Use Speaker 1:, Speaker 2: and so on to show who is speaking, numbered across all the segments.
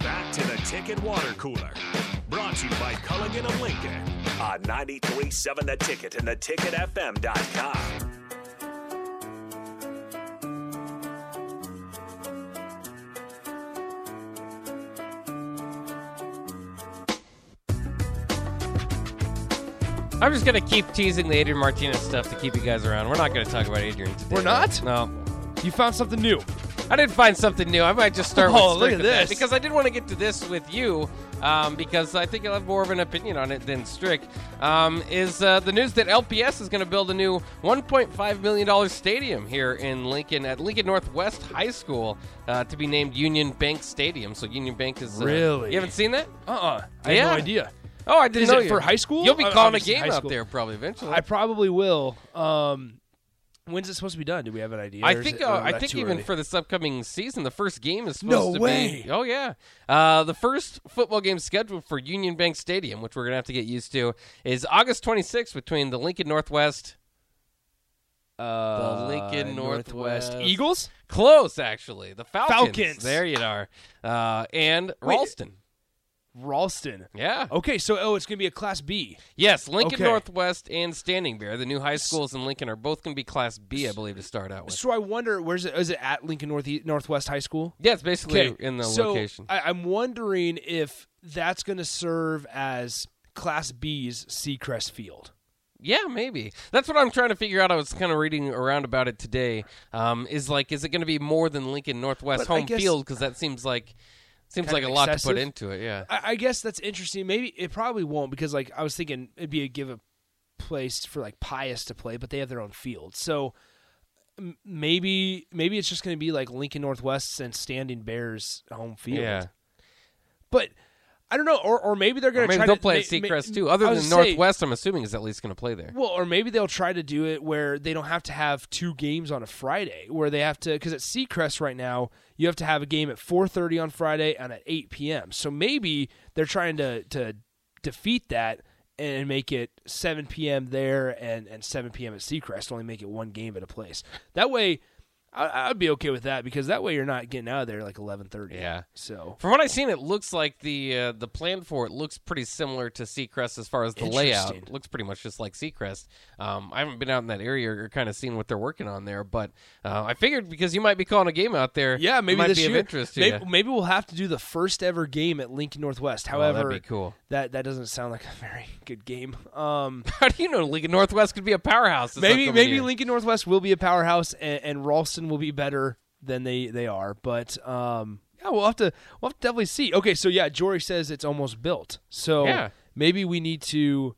Speaker 1: to the Ticket Water Cooler. Brought to you by Culligan of Lincoln on 937 The Ticket and theticketfm.com.
Speaker 2: I'm just gonna keep teasing the Adrian Martinez stuff to keep you guys around. We're not gonna talk about Adrian today.
Speaker 3: We're not?
Speaker 2: No.
Speaker 3: You found something new.
Speaker 2: I did find something new. I might just start
Speaker 3: Oh,
Speaker 2: with
Speaker 3: look
Speaker 2: Strick
Speaker 3: at
Speaker 2: with that,
Speaker 3: this.
Speaker 2: because I did want to get to this with you um, because I think you'll have more of an opinion on it than Strick. Um, is uh, the news that LPS is going to build a new 1.5 million dollar stadium here in Lincoln at Lincoln Northwest High School uh, to be named Union Bank Stadium. So Union Bank is uh,
Speaker 3: Really?
Speaker 2: You haven't seen that?
Speaker 3: Uh uh I
Speaker 2: Yeah.
Speaker 3: have no idea.
Speaker 2: Oh, I didn't
Speaker 3: Is
Speaker 2: know
Speaker 3: it
Speaker 2: you.
Speaker 3: for high school?
Speaker 2: You'll be
Speaker 3: Uh,
Speaker 2: calling a
Speaker 3: obviously
Speaker 2: game
Speaker 3: high
Speaker 2: out
Speaker 3: school.
Speaker 2: there probably eventually.
Speaker 3: I probably will. Um, when's it supposed to be done? Do we have an idea?
Speaker 2: I
Speaker 3: or is
Speaker 2: think
Speaker 3: it-
Speaker 2: uh,
Speaker 3: or
Speaker 2: I
Speaker 3: that
Speaker 2: think
Speaker 3: too
Speaker 2: even
Speaker 3: early?
Speaker 2: for this upcoming season, the first game is supposed
Speaker 3: No
Speaker 2: to
Speaker 3: way.
Speaker 2: be. Oh yeah, uh, the first football game scheduled for Union Bank Stadium, which we're gonna have to get used to, is August 26th between the Lincoln Northwest.
Speaker 3: uh,
Speaker 2: Lincoln Northwest-
Speaker 3: Eagles.
Speaker 2: Close, actually. The Falcons.
Speaker 3: Falcons.
Speaker 2: There you are. Uh, and
Speaker 3: Wait.
Speaker 2: Ralston.
Speaker 3: Ralston.
Speaker 2: Yeah.
Speaker 3: Okay, so oh, it's gonna be a Class B.
Speaker 2: Yes, Lincoln
Speaker 3: Okay.
Speaker 2: Northwest and Standing Bear, the new high schools in Lincoln, are both going to be Class B, I believe, to start out with.
Speaker 3: So I wonder, where's it? Is it at Lincoln North Northwest High School?
Speaker 2: Yeah, it's basically
Speaker 3: Okay,
Speaker 2: in the
Speaker 3: so
Speaker 2: location.
Speaker 3: I, I'm wondering if that's gonna serve as Class B's Seacrest Field.
Speaker 2: Yeah, maybe. That's what I'm trying to figure out. I was kind of reading around about it today. Um, is like, is it going to be more than Lincoln Northwest
Speaker 3: But I
Speaker 2: home
Speaker 3: guess-
Speaker 2: field? Because that seems like seems
Speaker 3: Kind
Speaker 2: like a
Speaker 3: of
Speaker 2: lot to put
Speaker 3: excessive?
Speaker 2: into it. Yeah.
Speaker 3: I, I guess that's interesting. Maybe it probably won't because like I was thinking it'd be a give a place for like Pius to play, but they have their own field. So m- maybe maybe it's just going to be like Lincoln Northwest's and Standing Bears home field.
Speaker 2: Yeah.
Speaker 3: But I don't know, or or maybe they're
Speaker 2: Or
Speaker 3: going to
Speaker 2: maybe
Speaker 3: try
Speaker 2: they'll
Speaker 3: to
Speaker 2: play at
Speaker 3: ma- ma-
Speaker 2: Seacrest too. Other
Speaker 3: I
Speaker 2: than
Speaker 3: was gonna say,
Speaker 2: Northwest, I'm assuming is at least going to play there.
Speaker 3: well, or maybe they'll try to do it where they don't have to have two games on a Friday, where they have to because at Seacrest right now you have to have a game at 4:30 on Friday and at 8 p.m. So maybe they're trying to to defeat that and make it 7 p.m. there and and 7 p.m. at Seacrest, only make it one game at a place. That way, I, I'd be okay with that because that way you're not getting out of there like 11:30.
Speaker 2: Yeah.
Speaker 3: So
Speaker 2: From what I've seen, it looks like the uh, the plan for it looks pretty similar to Seacrest as far as the layout.
Speaker 3: Interesting.
Speaker 2: looks pretty much just like Seacrest. Um, I haven't been out in that area or kind of seen what they're working on there, but uh, I figured because you might be calling a game out there,
Speaker 3: Yeah,
Speaker 2: it
Speaker 3: maybe
Speaker 2: might
Speaker 3: this
Speaker 2: be
Speaker 3: year.
Speaker 2: of interest to
Speaker 3: may-
Speaker 2: you.
Speaker 3: maybe, we'll have to do the first ever game at Lincoln Northwest.
Speaker 2: Oh, that'd
Speaker 3: However,
Speaker 2: be cool.
Speaker 3: That that doesn't sound like a very good game. Um,
Speaker 2: How do you know Lincoln Northwest could be a powerhouse? this
Speaker 3: maybe
Speaker 2: upcoming
Speaker 3: maybe
Speaker 2: year?
Speaker 3: Lincoln Northwest will be a powerhouse, and, and Ralston will be better than they they are. But um, yeah, we'll have to we'll have to definitely see. Okay, so yeah, Jory says it's almost built. So
Speaker 2: Yeah.
Speaker 3: maybe we need to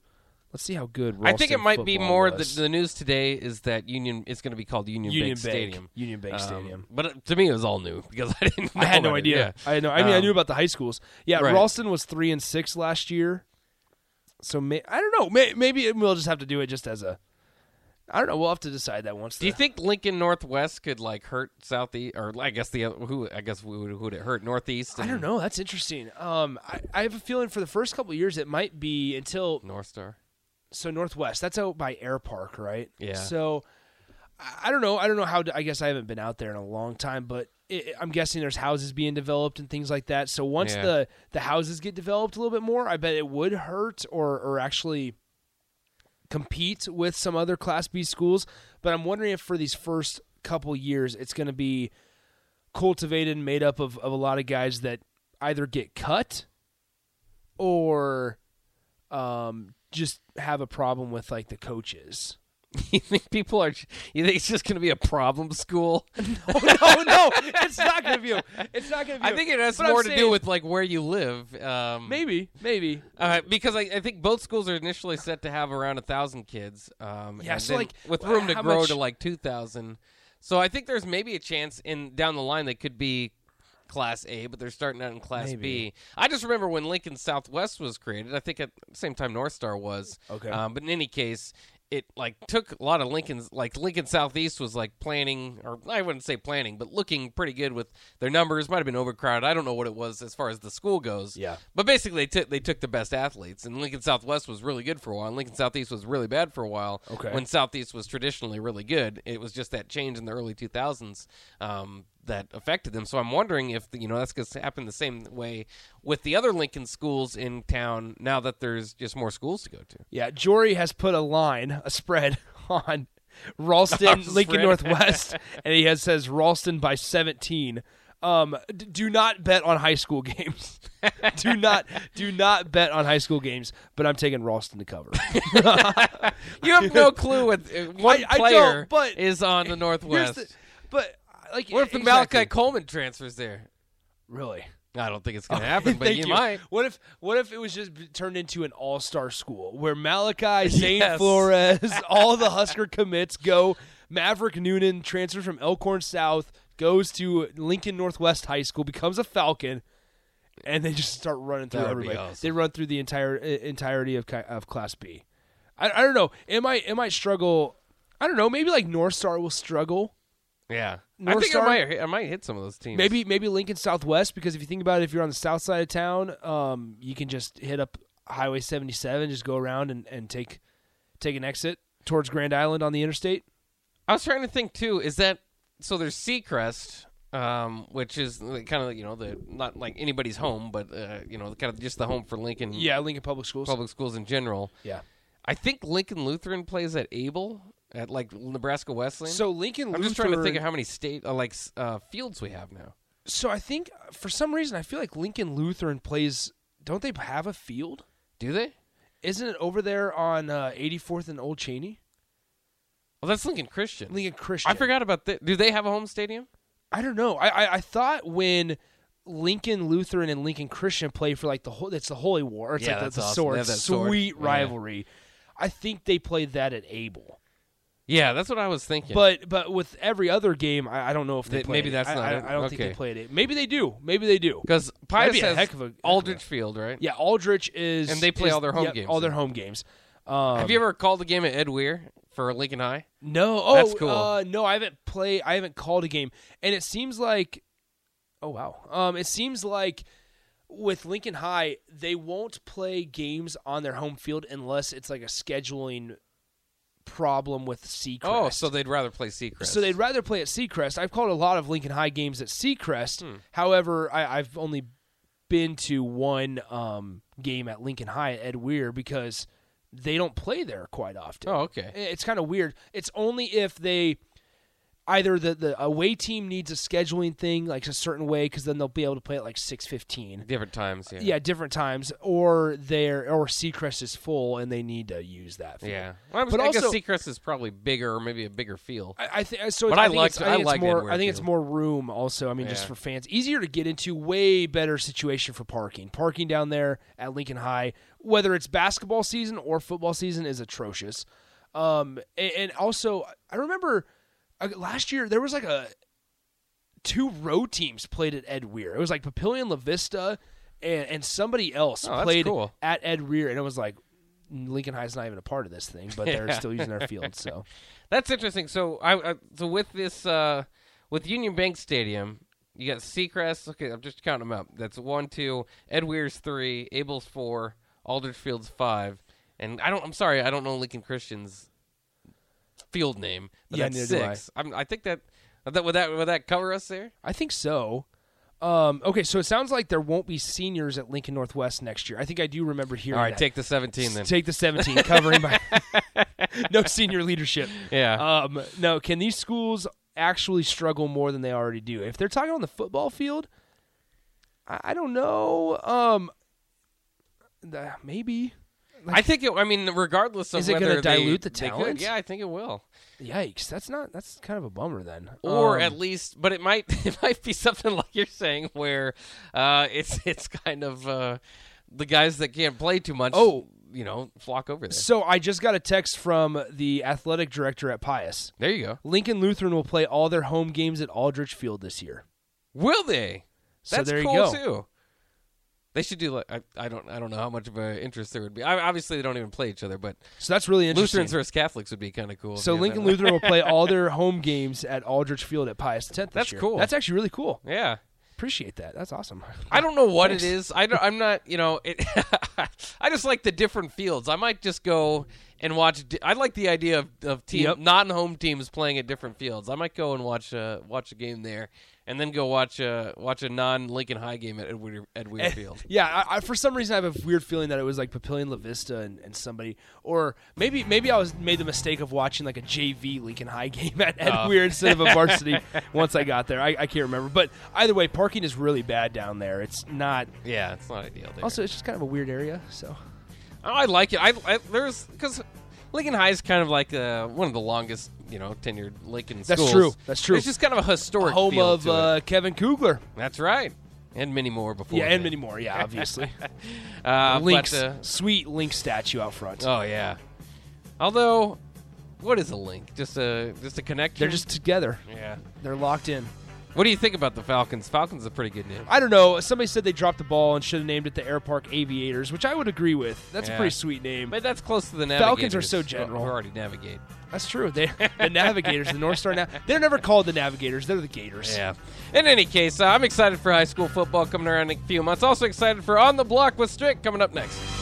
Speaker 3: let's see how good.
Speaker 2: I think it
Speaker 3: Ralston
Speaker 2: might be
Speaker 3: football
Speaker 2: more. The,
Speaker 3: was.
Speaker 2: the news today is that Union is going to be called Union,
Speaker 3: Union
Speaker 2: Bank,
Speaker 3: Bank
Speaker 2: Stadium.
Speaker 3: Union Bank
Speaker 2: Um,
Speaker 3: Stadium.
Speaker 2: But it- to me, it was all new because I didn't. Know
Speaker 3: I had no
Speaker 2: about it.
Speaker 3: idea.
Speaker 2: Yeah.
Speaker 3: I had no. I mean, I
Speaker 2: Um,
Speaker 3: knew about the high schools. Yeah,
Speaker 2: right.
Speaker 3: Ralston was three and six last year. So may, I don't know. May, maybe it- we'll just have to do it just as a. I don't know. We'll have to decide that once.
Speaker 2: Do you
Speaker 3: the-
Speaker 2: think Lincoln Northwest could like hurt Southeast, or I guess the other- who? I guess who would, who would it hurt Northeast?
Speaker 3: I
Speaker 2: and
Speaker 3: don't know. That's interesting. Um, I, I have a feeling for the first couple of years it might be until
Speaker 2: North Star.
Speaker 3: so northwest. That's out by Air Park, right?
Speaker 2: Yeah.
Speaker 3: So I I don't know. I don't know how. To, I guess I haven't been out there in a long time, but it, it- I'm guessing there's houses being developed and things like that. So once
Speaker 2: Yeah.
Speaker 3: the the houses get developed a little bit more, I bet it would hurt or or actually compete with some other Class B schools. But I'm wondering if for these first couple years, it's going to be cultivated and made up of, of a lot of guys that either get cut or um, just have a problem with like the coaches.
Speaker 2: You think people are? You think it's just going to be a problem school?
Speaker 3: oh no, no, it's not going to be. a- It's not going to be.
Speaker 2: I
Speaker 3: a-
Speaker 2: think it has
Speaker 3: but I'm
Speaker 2: more to do
Speaker 3: saying-
Speaker 2: with like where you live. Um,
Speaker 3: maybe, maybe.
Speaker 2: Uh, because I, I think both schools are initially set to have around a thousand kids. Um,
Speaker 3: Yeah,
Speaker 2: and
Speaker 3: so,
Speaker 2: then
Speaker 3: like,
Speaker 2: with room to
Speaker 3: how
Speaker 2: grow
Speaker 3: much-
Speaker 2: to like two thousand. So I think there's maybe a chance in down the line they could be Class A, but they're starting out in Class
Speaker 3: Maybe.
Speaker 2: B. I just remember when Lincoln Southwest was created. I think at the same time North Star was.
Speaker 3: Okay.
Speaker 2: Um, but in any case. It like took a lot of Lincoln's like Lincoln Southeast was like planning or I wouldn't say planning but looking pretty good with their numbers might have been overcrowded I don't know what it was as far as the school goes
Speaker 3: Yeah.
Speaker 2: but basically, they took they took the best athletes, and Lincoln Southwest was really good for a while, and Lincoln Southeast was really bad for a while.
Speaker 3: Okay.
Speaker 2: When Southeast was traditionally really good, it was just that change in the early two thousands um, that affected them. So I'm wondering if you know that's going to happen the same way with the other Lincoln schools in town now that there's just more schools to go to.
Speaker 3: Yeah, Jory has put a line, a spread on Ralston,
Speaker 2: Spread.
Speaker 3: Lincoln Northwest, and he has says Ralston by 17. Um, d- do not bet on high school games. do not, do not bet on high school games. But I'm taking Ralston to cover.
Speaker 2: You have no clue what uh, one
Speaker 3: I- I don't,
Speaker 2: player
Speaker 3: but-
Speaker 2: is on the
Speaker 3: Here's
Speaker 2: Northwest.
Speaker 3: the- but like,
Speaker 2: what if the
Speaker 3: exactly.
Speaker 2: Malachi Coleman transfers there?
Speaker 3: really?
Speaker 2: I don't think it's going to happen, but
Speaker 3: Thank
Speaker 2: you, might.
Speaker 3: What if what if it was just b- turned into an all star school where Malachi, Zane
Speaker 2: Yes.
Speaker 3: Flores, all the Husker commits go. Maverick Noonan transfers from Elkhorn South, goes to Lincoln Northwest High School, becomes a Falcon, and they just start running through
Speaker 2: That would be
Speaker 3: everybody.
Speaker 2: awesome.
Speaker 3: They run through the entire uh, entirety of ki- of Class B. I, I don't know. It might it might struggle. I don't know. Maybe like North Star will struggle.
Speaker 2: Yeah, I
Speaker 3: North
Speaker 2: think
Speaker 3: Star-
Speaker 2: I might. I might hit some of those teams.
Speaker 3: Maybe maybe Lincoln Southwest because if you think about it, if you're on the south side of town, um, you can just hit up Highway 77, just go around and, and take take an exit towards Grand Island on the interstate.
Speaker 2: I was trying to think too. Is that so? There's Seacrest, um, which is kind of you know the not like anybody's home, but uh, you know kind of just the home for Lincoln.
Speaker 3: Yeah, Lincoln Public Schools.
Speaker 2: Mm. public schools in general.
Speaker 3: Yeah.
Speaker 2: I think Lincoln Lutheran plays at Abel at like Nebraska Wesleyan.
Speaker 3: So Lincoln.
Speaker 2: I'm just trying to think of how many state uh, like s- uh, fields we have now.
Speaker 3: So I think uh, for some reason I feel like Lincoln Lutheran plays. Don't they have a field?
Speaker 2: Do they?
Speaker 3: Isn't it over there on uh, 84th and Old Cheney?
Speaker 2: Well, that's Lincoln Christian.
Speaker 3: Lincoln Christian.
Speaker 2: I forgot about that. Do they have a home stadium?
Speaker 3: I don't know. I, I I thought when Lincoln Lutheran and Lincoln Christian play for like the whole that's the Holy War. It's
Speaker 2: Yeah,
Speaker 3: like the,
Speaker 2: that's
Speaker 3: the
Speaker 2: awesome.
Speaker 3: sword,
Speaker 2: They have that sword.
Speaker 3: sweet
Speaker 2: Yeah.
Speaker 3: rivalry. I think they played that at Abel,
Speaker 2: Yeah, that's what I was thinking.
Speaker 3: but but with every other game, I, I don't know if they
Speaker 2: That-
Speaker 3: play
Speaker 2: maybe
Speaker 3: it.
Speaker 2: that's
Speaker 3: I,
Speaker 2: not
Speaker 3: I,
Speaker 2: it.
Speaker 3: I don't think they
Speaker 2: Okay.
Speaker 3: played it. Maybe they do. Maybe they do.
Speaker 2: because
Speaker 3: That'd
Speaker 2: Pius
Speaker 3: be a
Speaker 2: has
Speaker 3: heck of a- heck of a-
Speaker 2: Aldrich Field, right?
Speaker 3: Yeah, Aldrich is,
Speaker 2: And they play
Speaker 3: is-
Speaker 2: all their home
Speaker 3: yeah,
Speaker 2: games
Speaker 3: All their
Speaker 2: then.
Speaker 3: home games. Um,
Speaker 2: Have you ever called a game at Ed Weir for Lincoln High?
Speaker 3: No, oh,
Speaker 2: That's cool.
Speaker 3: Uh, no, I haven't played. I haven't called a game, and it seems like, oh wow, um, it seems like with Lincoln High, they won't play games on their home field unless it's like a scheduling problem with Seacrest.
Speaker 2: Oh, so they'd rather play Seacrest.
Speaker 3: So they'd rather play at Seacrest. I've called a lot of Lincoln High games at Seacrest.
Speaker 2: Hmm.
Speaker 3: However, I, I've only been to one um, game at Lincoln High at Ed Weir because they don't play there quite often.
Speaker 2: Oh, okay.
Speaker 3: It's kind of weird. It's only if they either the, the away team needs a scheduling thing like a certain way because then they'll be able to play at like six fifteen.
Speaker 2: Different times. Yeah.
Speaker 3: Yeah, different times, or their or Seacrest is full and they need to use that. Field.
Speaker 2: Yeah. Well, I, was,
Speaker 3: But
Speaker 2: I guess
Speaker 3: also-
Speaker 2: Seacrest is probably bigger or maybe a bigger field.
Speaker 3: I, I think so.
Speaker 2: But
Speaker 3: it's-
Speaker 2: I
Speaker 3: think
Speaker 2: liked-
Speaker 3: it's-
Speaker 2: I
Speaker 3: I think
Speaker 2: liked
Speaker 3: it's more.
Speaker 2: Edward
Speaker 3: I think it's
Speaker 2: too.
Speaker 3: more room. Also, I mean,
Speaker 2: Yeah.
Speaker 3: just for fans, easier to get into, way better situation for parking. Parking down there at Lincoln High, whether it's basketball season or football season, is atrocious. Um, and, and also, I remember uh, last year there was like a two road teams played at Ed Weir. It was like Papillion La Vista and, and somebody else
Speaker 2: Oh, that's
Speaker 3: played
Speaker 2: cool.
Speaker 3: at Ed Weir, and it was like. Lincoln High's not even a part of this thing, but they're still using their field. So
Speaker 2: That's interesting. So I, I so with this uh with Union Bank Stadium, you got Seacrest. Okay, I'm just counting them up. That's one, two. Ed Weir's three. Abel's four. Aldrich Field's five. And I don't. I'm sorry. I don't know Lincoln Christian's field name. But
Speaker 3: Yeah,
Speaker 2: that's
Speaker 3: neither do I.
Speaker 2: six. I'm, I think that that would that would that cover us there.
Speaker 3: I think so. Um, okay, so it sounds like there won't be seniors at Lincoln Northwest next year. I think I do remember hearing.
Speaker 2: All right,
Speaker 3: that.
Speaker 2: take the 17 then.
Speaker 3: Take the 17, covering by no senior leadership.
Speaker 2: Yeah.
Speaker 3: Um, no, can these schools actually struggle more than they already do? If they're talking on the football field, I, I don't know. Um, th- maybe.
Speaker 2: I think it. I mean, regardless of
Speaker 3: Is it
Speaker 2: whether
Speaker 3: gonna
Speaker 2: they-
Speaker 3: dilute the
Speaker 2: they could,
Speaker 3: talent?
Speaker 2: yeah, I think it will.
Speaker 3: Yikes! That's not. That's kind of a bummer then.
Speaker 2: or
Speaker 3: Um,
Speaker 2: at least but it might it might be something like you're saying where uh it's it's kind of uh the guys that can't play too much
Speaker 3: Oh.
Speaker 2: you know flock over there
Speaker 3: So I just got a text from the athletic director at Pius.
Speaker 2: there you go
Speaker 3: Lincoln Lutheran will play all their home games at Aldrich Field this year.
Speaker 2: will they
Speaker 3: So
Speaker 2: that's
Speaker 3: there you
Speaker 2: cool
Speaker 3: go.
Speaker 2: too they should do like I, I don't I don't know how much of an interest there would be. I, obviously, they don't even play each other, but
Speaker 3: So that's really interesting.
Speaker 2: Lutherans versus Catholics would be kind of cool. if
Speaker 3: so
Speaker 2: you had
Speaker 3: Lincoln
Speaker 2: that.
Speaker 3: Lutheran will play all their home games at Aldrich Field at Pius X. This
Speaker 2: That's
Speaker 3: year.
Speaker 2: cool.
Speaker 3: That's actually really cool.
Speaker 2: yeah.
Speaker 3: Appreciate that. That's awesome.
Speaker 2: I don't know what it
Speaker 3: Thanks.
Speaker 2: is. I don't, I'm not, you know, it, I just like the different fields. I might just go and watch. di- I like the idea of, of team
Speaker 3: Yep.
Speaker 2: non-home teams playing at different fields. I might go and watch uh, watch a game there and then go watch a watch a non Lincoln High game at Edward
Speaker 3: Eh.
Speaker 2: Edward Field.
Speaker 3: Yeah, I, I, for some reason I have a weird feeling that it was like Papillion La Vista and, and somebody, or maybe maybe I was made the mistake of watching like a JV Lincoln High game at Ed
Speaker 2: Oh.
Speaker 3: Weir instead of a varsity. once I got there, I, I can't remember. But either way, parking is really bad down there. It's not.
Speaker 2: Yeah, it's not ideal. There.
Speaker 3: Also, it's just kind of a weird area. So
Speaker 2: Oh, I like it. I, I there's because Lincoln High is kind of like uh, one of the longest, you know, tenured Lincoln
Speaker 3: That's
Speaker 2: schools.
Speaker 3: true. That's true.
Speaker 2: It's just kind of a historic
Speaker 3: home
Speaker 2: feel
Speaker 3: of
Speaker 2: to it.
Speaker 3: uh, Kevin Kugler.
Speaker 2: That's right, and many more before.
Speaker 3: Yeah, and
Speaker 2: then.
Speaker 3: many more. Yeah, obviously.
Speaker 2: uh, but,
Speaker 3: Lynx,
Speaker 2: uh,
Speaker 3: sweet Link statue out front.
Speaker 2: oh yeah. Although, what is a link? Just a just a connection.
Speaker 3: They're just together.
Speaker 2: yeah.
Speaker 3: They're locked in.
Speaker 2: What do you think about the Falcons? Falcons is a pretty good name.
Speaker 3: I don't know. Somebody said they dropped the ball and should have named it the Air Park Aviators, which I would agree with. That's
Speaker 2: Yeah.
Speaker 3: a pretty sweet name.
Speaker 2: But that's close to the
Speaker 3: Falcons are
Speaker 2: Navigators,
Speaker 3: so
Speaker 2: who-
Speaker 3: general.
Speaker 2: Who already navigate.
Speaker 3: That's true. They, the Navigators, the North Star. Nav- they're never called the Navigators. They're the Gators.
Speaker 2: Yeah. In any case, uh, I'm excited for high school football coming around in a few months. Also excited for On the Block with Strick coming up next.